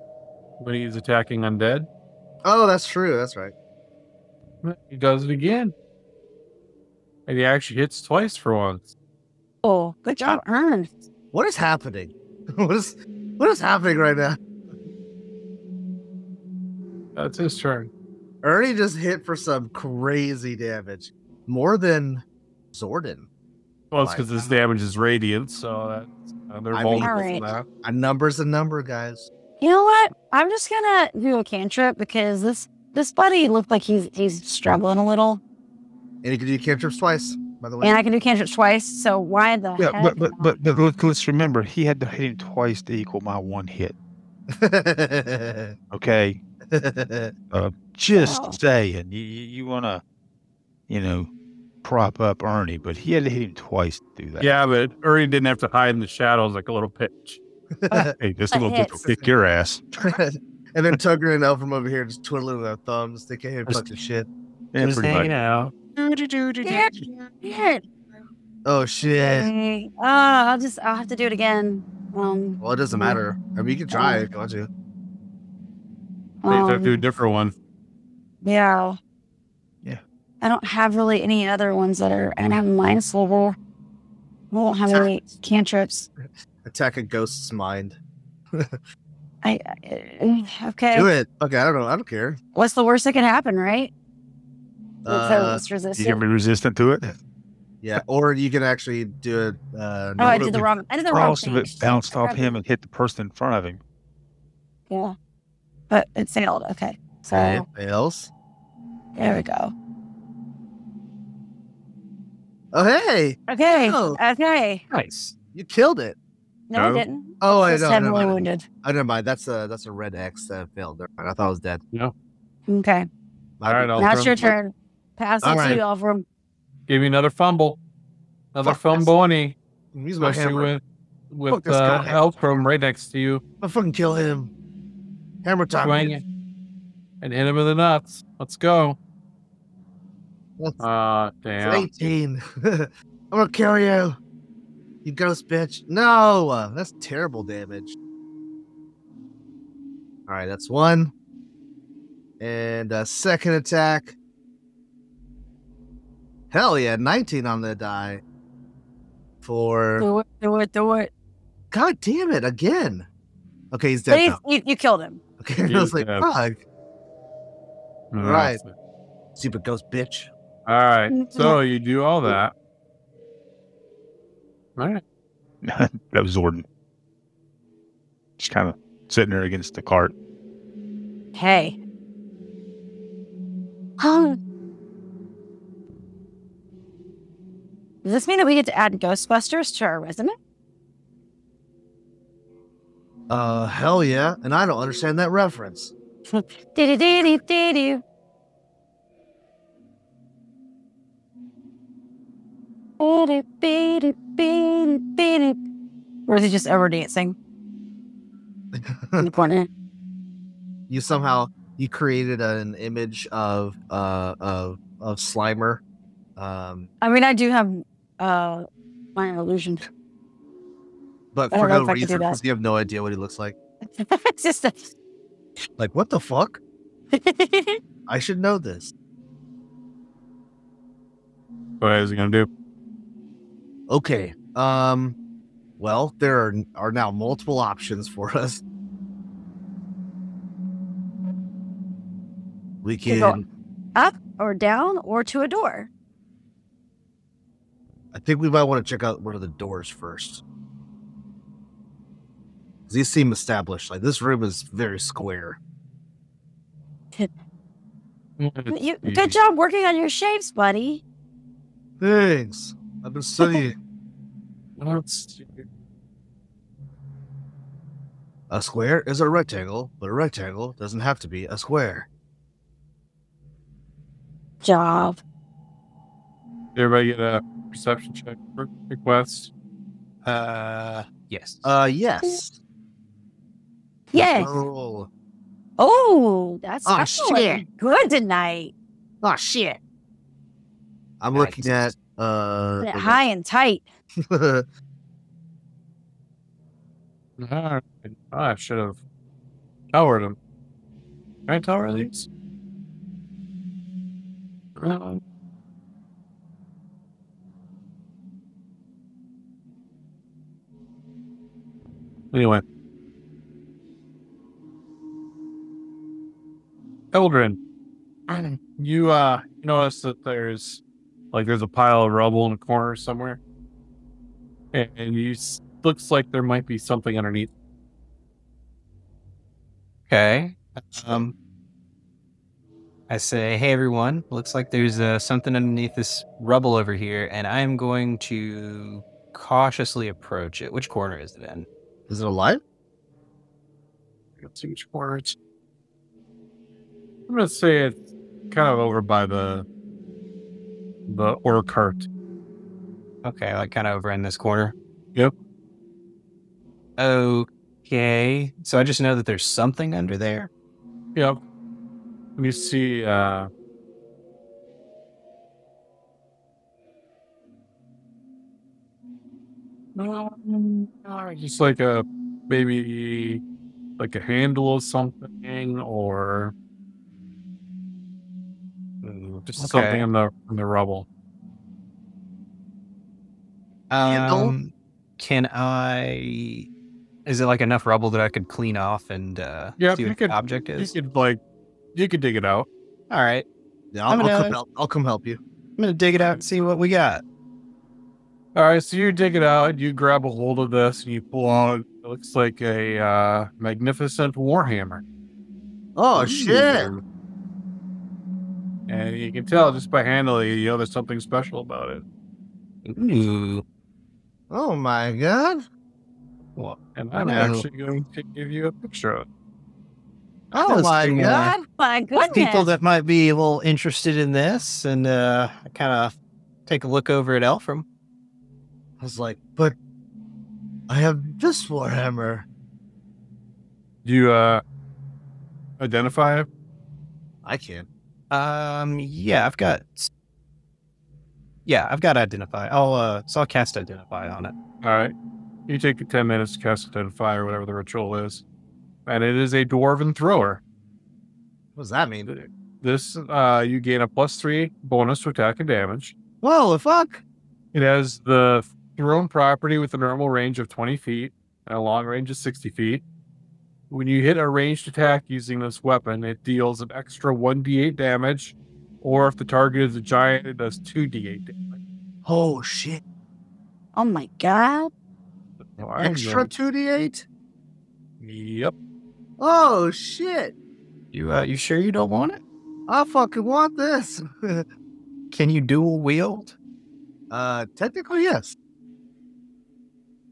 S2: when he's attacking undead.
S6: Oh, that's true. That's right.
S2: He does it again. And he actually hits twice for once.
S9: Oh, good job, Ern.
S6: What is happening? what is what is happening right now?
S2: That's his turn.
S6: Ernie just hit for some crazy damage. More than Zordon.
S2: Well, it's
S6: My
S2: because this damage is radiant, so that's, uh, they're
S6: I mean-
S2: vulnerable
S9: Alright.
S2: to that.
S6: A number's a number, guys.
S9: You know what? I'm just gonna do a cantrip because this this buddy looked like he's he's struggling a little,
S6: And you can do cantrips twice, by the way.
S9: and I can do cantrips twice. So why the
S11: Yeah,
S9: heck?
S11: but but
S9: not?
S11: but, but look, let's remember he had to hit him twice to equal my one hit. Okay, uh, just
S9: Wow.
S11: saying. You you, you want to, you know, prop up Ernie, but he had to hit him twice to do that.
S2: Yeah, but Uri didn't have to hide in the shadows like a little pitch.
S11: Hey, this
S9: That
S11: little bitch will
S9: hits.
S11: kick your ass.
S6: and then Tugger and Elf from over here just twiddling their thumbs. They can't hear fucking shit.
S11: Yeah, pretty much.
S2: out.
S9: Weird, weird.
S6: Oh shit.
S9: Okay. Uh, I'll just I'll have to do it again. Um,
S6: Well, it doesn't matter. I mean, you can try if you want to.
S2: They have to do a
S9: um,
S2: different one.
S9: yeah.
S11: Yeah.
S9: I don't have really any other ones that are. I don't have minus level. I don't have any cantrips.
S6: Attack a ghost's mind.
S9: I, I Uh, okay.
S6: Do it. Okay, I don't know. I don't care.
S9: What's the worst that can happen, right?
S11: Uh,
S9: Let's hope it's
S11: you can
S9: resistant.
S11: be resistant to it.
S6: Uh, Yeah, or you can actually do it. Uh,
S9: Oh, I did the wrong. I did the wrong
S11: Most
S9: thing.
S11: of it bounced off
S9: Crap.
S11: him and hit the person in front of him.
S9: Yeah, but it failed. Okay, so
S6: Anything else?
S9: there we go.
S6: Oh, hey,
S9: Okay,
S6: Oh.
S9: okay.
S6: nice. You killed it.
S9: No, I didn't.
S6: Oh, I
S9: Just
S6: know.
S9: heavily
S6: Never mind.
S9: wounded.
S6: Oh, never mind. That's a that's a red X that failed. Never mind. I thought I was dead.
S2: No.
S9: Okay,
S2: All right,
S9: now
S2: I'll
S9: it's your turn. Pass it
S2: All
S9: to
S2: right.
S9: you, Alvrum.
S2: Give me another fumble, another fumbony.
S6: Use my
S2: Especially
S6: hammer.
S2: with with
S6: Fuck this
S2: uh,
S6: guy.
S2: Eltrum right next to you.
S6: I'll fucking kill him. Hammer time.
S2: Swing
S6: bitch.
S2: it. and hit him in the nuts. Let's go.
S6: That's-
S2: Ah, damn.
S6: It's 18. I'm gonna kill you. You ghost bitch. No, that's terrible damage. All right, that's one. And uh, second attack. Hell yeah, 19 on the die. For
S9: Do it, do it, do it.
S6: god damn it again. Okay, he's
S9: But
S6: dead.
S9: he's,
S6: now.
S9: you, you killed him.
S6: Okay, I
S2: he's
S6: was like,
S2: dead.
S6: fuck.
S2: All
S6: Right. Stupid ghost bitch.
S2: Mm, All right. So you do all that. All right.
S11: that was Zordon. Just kind of sitting there against the cart.
S9: Hey. Huh. Does this mean that we get to add Ghostbusters to our resume?
S6: Uh, hell yeah. And I don't understand that reference.
S9: Dee-dee-dee-dee-dee-dee. Dee-dee-dee-dee-dee-dee-dee. Or is he just over dancing in the corner?
S6: you somehow you created an image of uh of of Slimer. Um
S9: I mean, I do have uh, minor illusion.
S6: but
S9: I don't
S6: for
S9: know
S6: no
S9: if I could do
S6: reason
S9: that.
S6: because you have no idea what he looks like.
S9: it's just a
S6: Like what the fuck? I should know this.
S2: What is he gonna do?
S6: Okay. Um well, there are, are now multiple options for us. We
S9: Can go-
S6: can
S9: up or down or to a door.
S6: I think we might want to check out one of the doors first. 'Cause These seem established. Like this room is very square.
S2: Mm,
S9: You, good job working on your shapes, buddy.
S6: Thanks. I've been studying.
S2: Let's
S6: A square is a rectangle, but a rectangle doesn't have to be a square.
S9: Job.
S2: everybody get a perception check for request. Uh,
S13: yes.
S6: Uh, yes.
S9: Yes.
S6: Roll.
S9: Oh, that's
S6: Aw,
S9: I'm looking
S6: shit.
S9: good tonight. Oh shit.
S6: I'm looking at uh.
S9: Put it
S6: the-
S9: high and tight.
S2: Alright. Oh, I should have towered him. Can I tower these? Um, Anyway. Eldrin, you uh you notice that there's like there's a pile of rubble in a corner somewhere. And, and you s- looks like there might be something underneath.
S13: Okay. Um, I say, hey everyone, looks like there's uh, something underneath this rubble over here, and I am going to cautiously approach it. Which corner is it in?
S6: Is it alive?
S2: Let's see which corner it's. I'm gonna say it's kind of over by the the ore cart.
S13: Okay, like kind of over in this corner.
S2: Yep.
S13: Okay. So I just know that there's something under there.
S2: Yep. You see uh Um, just like a maybe like a handle of something or just
S13: Okay.
S2: something in the in the rubble.
S13: Um, can I Is it like enough rubble that I could clean off and uh,
S2: Yeah,
S13: see
S2: you
S13: what
S2: could-
S13: the object is?
S2: You could like, you could dig it out.
S13: All right.
S6: Yeah, I'll,
S13: I'm
S6: I'll
S13: gonna-
S6: come help. I'll come help you.
S13: I'm gonna dig it out and see what we got.
S2: All right, so you dig it out, you grab a hold of this, and you pull out. It looks like a uh, magnificent warhammer.
S6: Oh shit!
S2: And you can tell just by handling, you know, there's something special about it.
S13: Ooh.
S6: Oh my god!
S2: Well, and I'm
S6: Wow.
S2: actually going to give you a picture of it.
S6: Oh
S13: Those
S6: my
S13: thing, uh,
S6: god!
S9: Oh, My goodness.
S13: People that might be a little interested in this and uh, kind of take a look over at Elfram.
S6: I was like, but I have this warhammer.
S2: Do you uh, identify it?
S6: I can.
S13: Um, yeah, I've got. Yeah, I've got identify. I'll uh, so I'll cast identify on it.
S2: All right. You take the 10 minutes to cast identify or whatever the ritual is. And it is a dwarven thrower.
S6: What does that mean?
S2: This, uh, you gain a plus three bonus to attack and damage.
S6: Whoa, the fuck!
S2: It has the thrown property with a normal range of 20 feet and a long range of 60 feet. When you hit a ranged attack using this weapon, it deals an extra 1d8 damage, or if the target is a giant, it does 2d8 damage.
S6: Oh shit!
S9: Oh my god.
S2: Now, I
S6: Extra
S2: rolled-
S6: two d eight.
S2: Yep.
S6: Oh shit!
S13: You uh, you sure you don't want it?
S6: I fucking want this.
S13: Can you dual wield?
S6: uh, technically yes.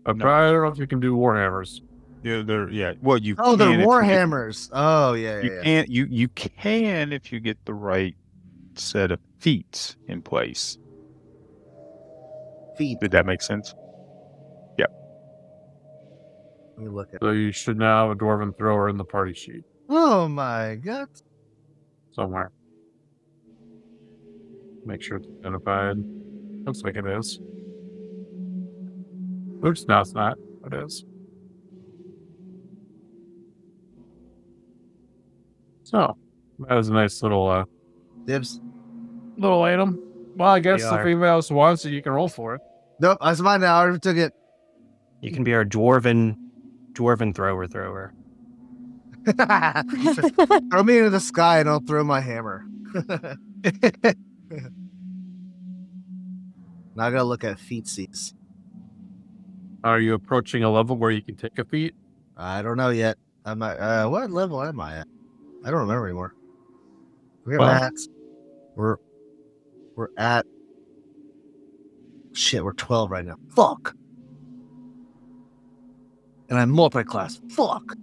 S2: I probably don't know if you can do warhammers.
S11: Yeah, they're yeah. Well, you
S6: Oh, they're
S11: can if you get-
S6: warhammers. Oh yeah,
S11: You
S6: yeah. yeah.
S11: can't. You you can if you get the right set of feet in place.
S6: Feet.
S11: Did that make sense?
S6: Let me look at.
S2: So you should now have a dwarven thrower in the party sheet
S6: Oh my god!
S2: somewhere. Make sure it's identified. Looks like it is. Oops, no, it's not. It is. So that was a nice little uh,
S6: Dibs.
S2: little item. Well, I guess if
S13: are.
S2: anybody else wants it, you can roll for it.
S6: Nope, that's mine now. I already took it.
S13: You can be our dwarven dwarven thrower thrower.
S6: throw me into the sky and I'll throw my hammer. now I gotta look at feetsies.
S2: Are you approaching a level where you can take a feat?
S6: I don't know yet. I'm at, uh, what level am I at? I don't remember anymore. We're
S2: Well-
S6: at we're we're at shit. We're twelve right now. Fuck. And I'm multi-class. Fuck.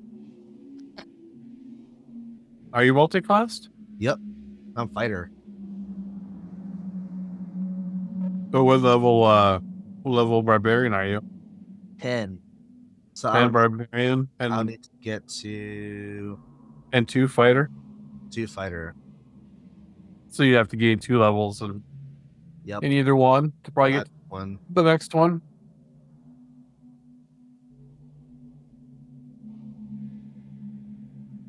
S2: Are you multi-classed?
S6: Yep. I'm fighter.
S2: So what level? Uh, what level barbarian are you?
S6: Ten. So
S2: And
S6: I'm,
S2: barbarian and
S6: I'll need to get to
S2: and two fighter.
S6: two fighter.
S2: So you have to gain two levels and
S6: Yep.
S2: in either one to probably
S6: Got
S2: get
S6: one.
S2: the next one.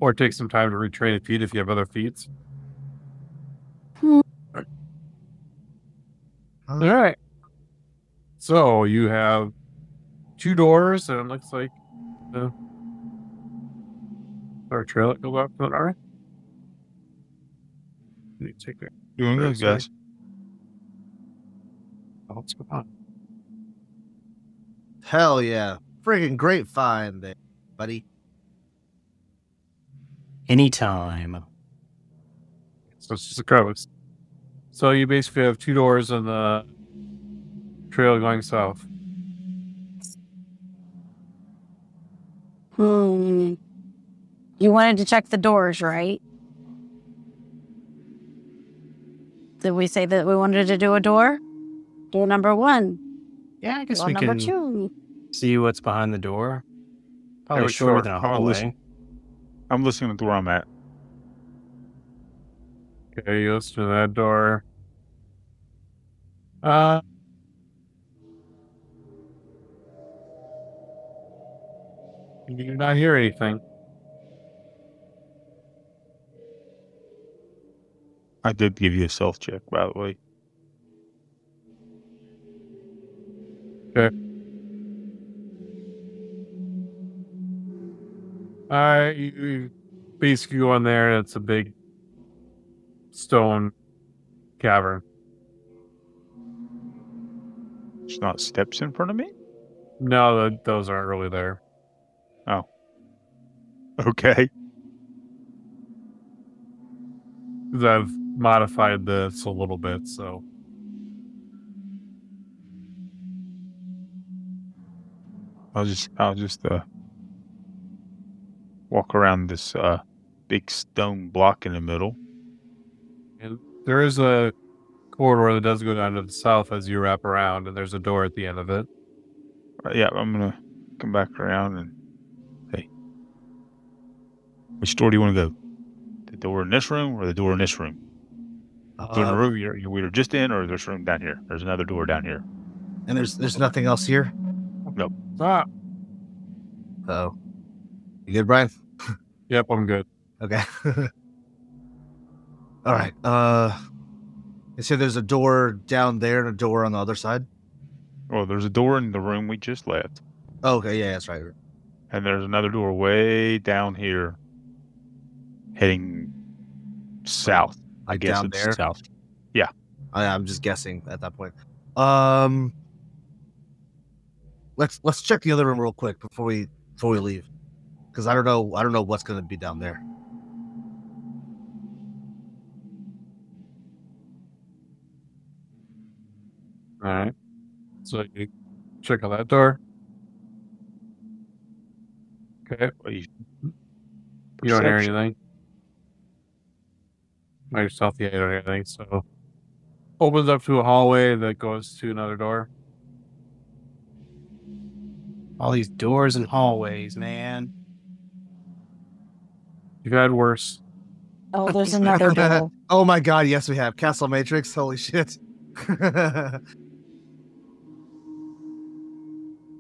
S2: Or take some time to retrain a feat if you have other feats.
S6: Huh?
S2: All right. So you have two doors, and it looks like the our trail that goes up to it. All right. Let me take it.
S11: Doing good,
S2: Sorry.
S11: guys.
S2: Oh, let's go on.
S6: Hell yeah. Freaking great find there, buddy.
S13: Anytime.
S2: So it's just a crevice. So you basically have two doors on the trail going south.
S9: Hmm. You wanted to check the doors, right? Did we say that we wanted to do a door? Door number one.
S13: Yeah, I guess
S9: door
S13: we
S9: number
S13: can
S9: two.
S13: see what's behind the door. Probably
S11: Yeah,
S13: shorter
S11: sure.
S13: than a
S11: I'll listen.
S13: hallway.
S11: I'm listening to where I'm at.
S2: Okay, you listen to that door. Uh you do not hear anything.
S11: I did give you a self check, by the way.
S2: Okay. Uh, you, you basically go in there, and it's a big stone cavern.
S11: There's not steps in front of me?
S2: No, th- those aren't really there.
S11: Oh. Okay.
S2: Because I've modified this a little bit, so.
S11: I'll just I'll just uh walk around this uh big stone block in the middle.
S2: And there is a corridor that does go down to the south as you wrap around, and there's a door at the end of it.
S11: Uh, yeah, I'm gonna come back around and hey. Which door do you wanna go? The door in this room or the door in this room?
S6: Uh,
S11: The door in the room you're, you we were just in or this room down here? There's another door down here.
S6: And there's there's nothing else here.
S11: Nope.
S2: Ah,
S6: Oh, you good, Brian?
S2: yep, I'm good.
S6: Okay. All right. Uh, you say there's a door down there and a door on the other side.
S11: Well, there's a door in the room we just left.
S6: Oh, okay. Yeah, that's right.
S11: And there's another door way down here heading south. I
S6: Like
S11: guess
S6: down
S11: it's
S6: there?
S11: south. Yeah.
S6: I, I'm just guessing at that point. Um, let's let's check the other room real quick before we before we leave, because I don't know I don't know what's gonna be down there.
S2: All right. So you check out that door. Okay.
S11: What you-
S2: You don't hear
S11: Perception.
S2: anything. By yourself, yeah, you don't hear anything. So opens up to a hallway that goes to another door.
S13: All these doors and hallways, man.
S2: You've had worse.
S9: Oh, there's another door.
S6: oh my god, yes we have. Castle Matrix, holy shit.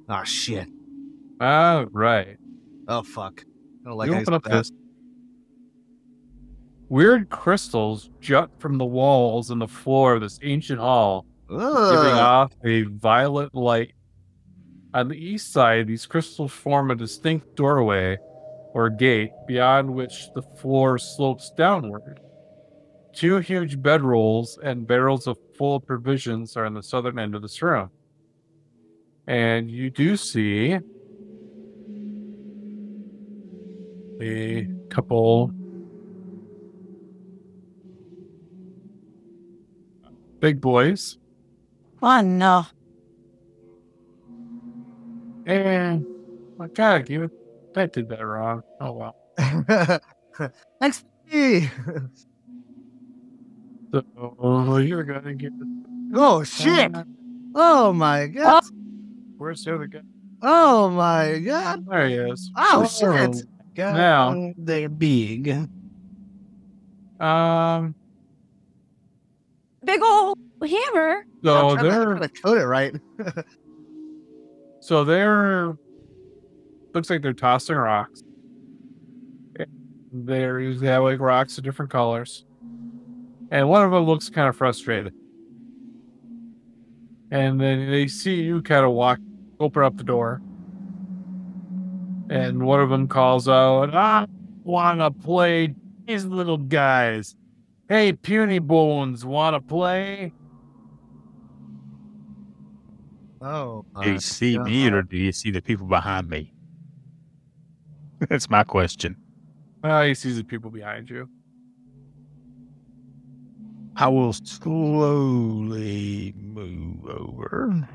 S6: Ah shit.
S2: Ah, right.
S6: Oh fuck. I don't like
S2: you
S6: how you
S2: open up
S6: said that.
S2: this. Weird crystals jut from the walls and the floor of this ancient hall, giving
S6: Ugh.
S2: off a violet light. On the east side, these crystals form a distinct doorway or gate beyond which the floor slopes downward. Two huge bedrolls and barrels of full of provisions are on the southern end of this room. And you do see a couple big boys
S1: Oh no.
S2: and my god you that did that wrong oh well
S6: Next me.
S2: so you're gonna get
S6: Oh shit. Oh my god.
S2: where's the other guy
S6: Oh my god.
S2: there he is
S6: Oh shit.
S2: Now-
S13: they're big.
S2: um
S9: Big old hammer.
S2: so
S6: I'm
S2: they're
S6: trying to code it right.
S2: So they're looks like they're tossing rocks. They're usually have like rocks of different colors, and one of them looks kind of frustrated. And then they see you kind of walk, open up the door, and one of them calls out, "I wanna play these little guys. Hey, puny bones, wanna play?"
S6: Oh.
S11: Do you see me or do you see the people behind me? That's my question.
S2: Well, he sees the people behind you.
S11: I will slowly move over.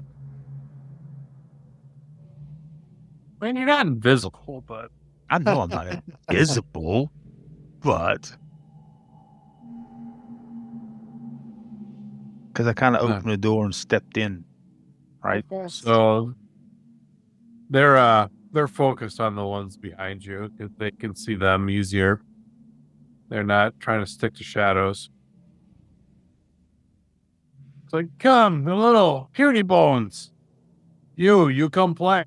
S2: I mean, you're not invisible, but
S11: I know I'm not invisible, but because I kind of opened the door and stepped in, right?
S2: So they're uh they're focused on the ones behind you because they can see them easier. They're not trying to stick to shadows. It's like, come, the little puny bones. You, you come play.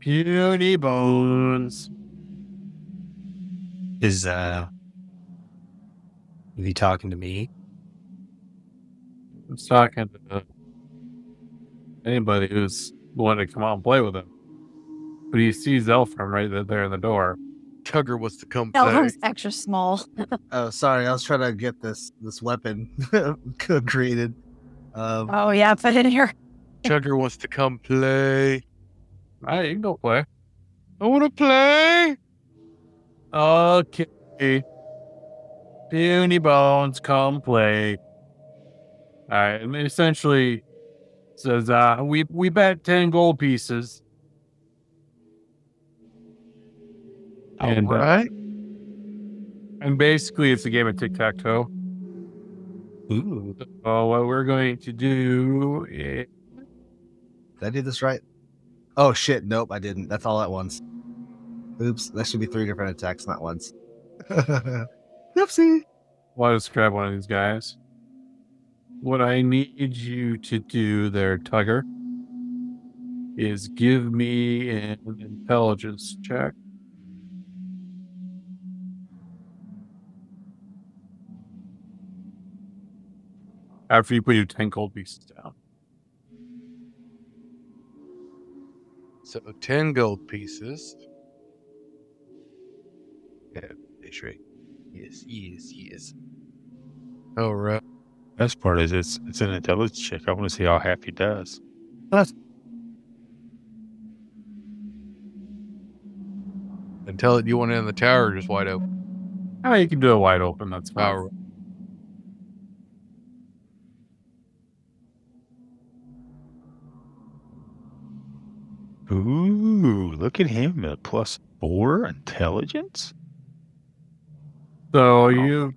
S2: Puny bones.
S13: Is uh is he talking to me?
S2: I'm talking to anybody who's wanting to come out and play with him. But he sees Elfram right there in the door.
S12: Tugger was to come back.
S9: Elrum's extra small.
S6: Oh, sorry. I was trying to get this this weapon created. Um,
S9: oh yeah, put it here.
S12: Tugger wants to come play.
S2: All right, you can go play.
S12: I want to play.
S2: Okay. Puny Bones, come play. All right, and essentially says, uh, we, we bet 10 gold pieces.
S12: All right.
S2: And, uh, And basically, it's a game of tic tac toe.
S6: ooh,
S2: So, what we're going to do is.
S6: did I do this right? Oh shit! Nope, I didn't. That's all at once. Oops, that should be three different attacks, not once. Oopsie.
S2: Well, I'll just grab one of these guys. What I need you to do there, Tugger, is give me an intelligence check. After you put your 10 gold pieces down.
S12: So ten gold pieces. Yeah, that's right. Yes, yes, yes. All right.
S11: Best part is it's it's an intelligence check. I want to see how half he does.
S12: And tell it you want it in the tower or just wide open.
S2: Oh, you can do it wide open. That's fine.
S12: All right.
S11: Ooh, look at him at a plus four intelligence.
S12: Oh,
S2: So you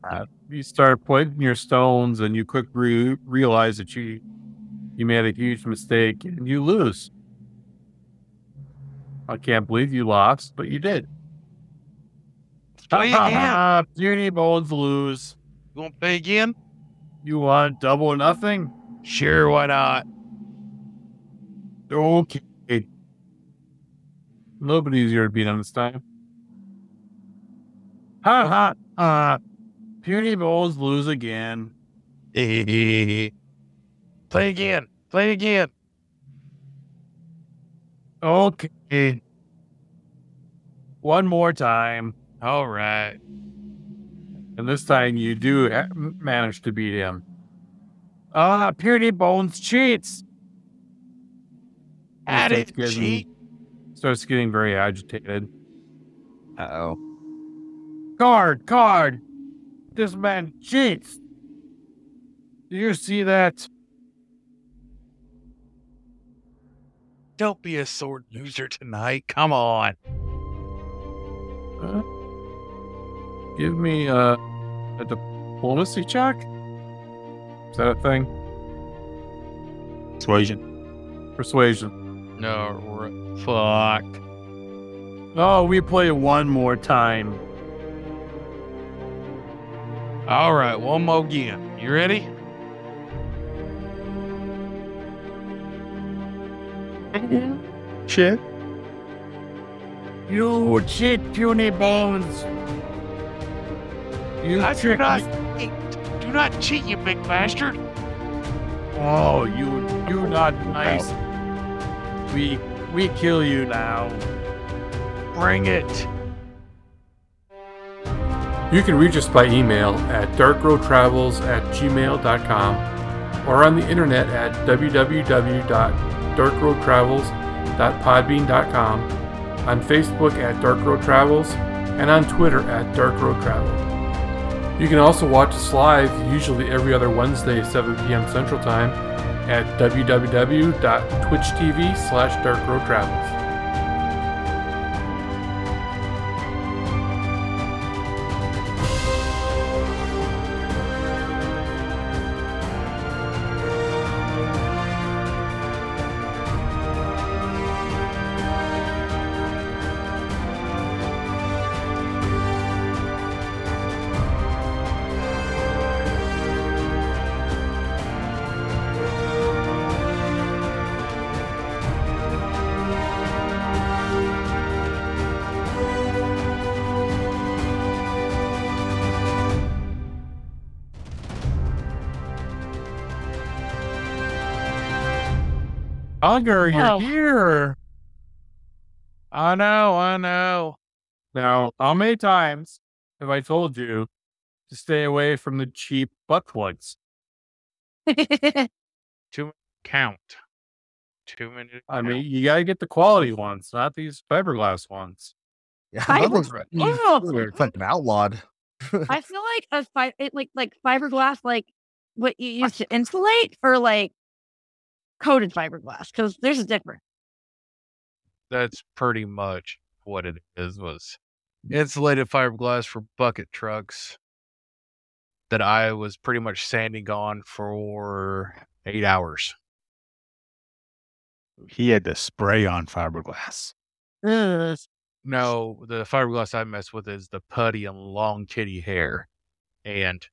S2: you start pointing your stones, and you quick re- realize that you you made a huge mistake, and you lose. I can't believe you lost, but you did.
S12: play again.
S2: Beauty bones lose.
S12: You want to play again?
S2: You want double nothing?
S12: Sure, why not?
S2: Okay. A little bit easier to beat on this time. Ha ha! Uh, Puny Bowls lose again.
S12: play again. Play again.
S2: Okay. One more time.
S12: All right.
S2: And this time you do ha- manage to beat him. Ah, Purity Bones cheats.
S12: I
S2: Starts
S12: didn't
S2: getting-
S12: cheat.
S2: Starts getting very agitated.
S13: Uh oh.
S2: Guard, guard. This man cheats. Do you see that?
S12: Don't be a sword loser tonight. Come on.
S2: Uh, give me a, a diplomacy check. Is that a thing?
S11: Persuasion.
S2: Persuasion.
S12: No, we're- fuck.
S2: Oh, we play one more time.
S12: All right, one more again. You ready?
S11: Check.
S2: You
S11: Or-
S2: cheat, puny bones. You
S1: I do
S2: trick
S1: not
S2: me.
S1: cheat. Do not cheat, you big bastard.
S2: Oh, you you not nice. We we kill you now.
S12: Bring it.
S2: You can reach us by email at darkroadtravels at gmail.com or on the internet at www.darkroadtravels.podbean.com, on Facebook at Dark Road Travels, and on Twitter at Dark Road Travel. You can also watch us live, usually every other Wednesday, 7 p.m. Central Time, at www.twitch.tv slash darkroadtravels. Augur, you're
S12: Wow.
S2: here.
S12: I know, I know.
S2: Now, how many times have I told you to stay away from the cheap butt plugs?
S12: Too many to count. Too many. to
S2: I
S12: count.
S2: mean, you gotta get the quality ones, not these fiberglass ones.
S6: Yeah,
S9: Fiber-
S6: that looks right.
S9: Oh.
S6: They're fucking outlawed.
S9: I feel like a fi- it, like like fiberglass, like what you use to insulate, or like coated fiberglass, because there's a difference.
S12: That's pretty much what it is. Was insulated fiberglass for bucket trucks that I was pretty much sanding on for eight hours.
S11: He had to spray on fiberglass.
S12: No, the fiberglass I mess with is the putty and long kitty hair. And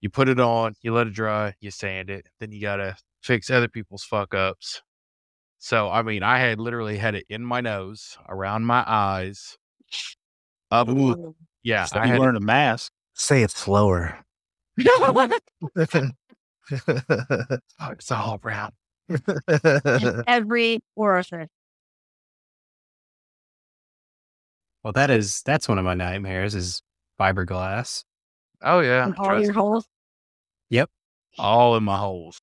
S12: you put it on, you let it dry, you sand it, then you gotta fix other people's fuck ups. So I mean I had literally had it in my nose, around my eyes, up yeah.
S11: So
S12: I
S11: you
S12: had
S11: wearing a mask.
S6: Say it slower.
S12: oh, it's all around.
S9: In every orifice.
S20: Well, that is that's one of my nightmares is fiberglass.
S12: Oh yeah.
S9: in all
S12: trust
S9: your holes.
S20: Yep.
S12: All in my holes.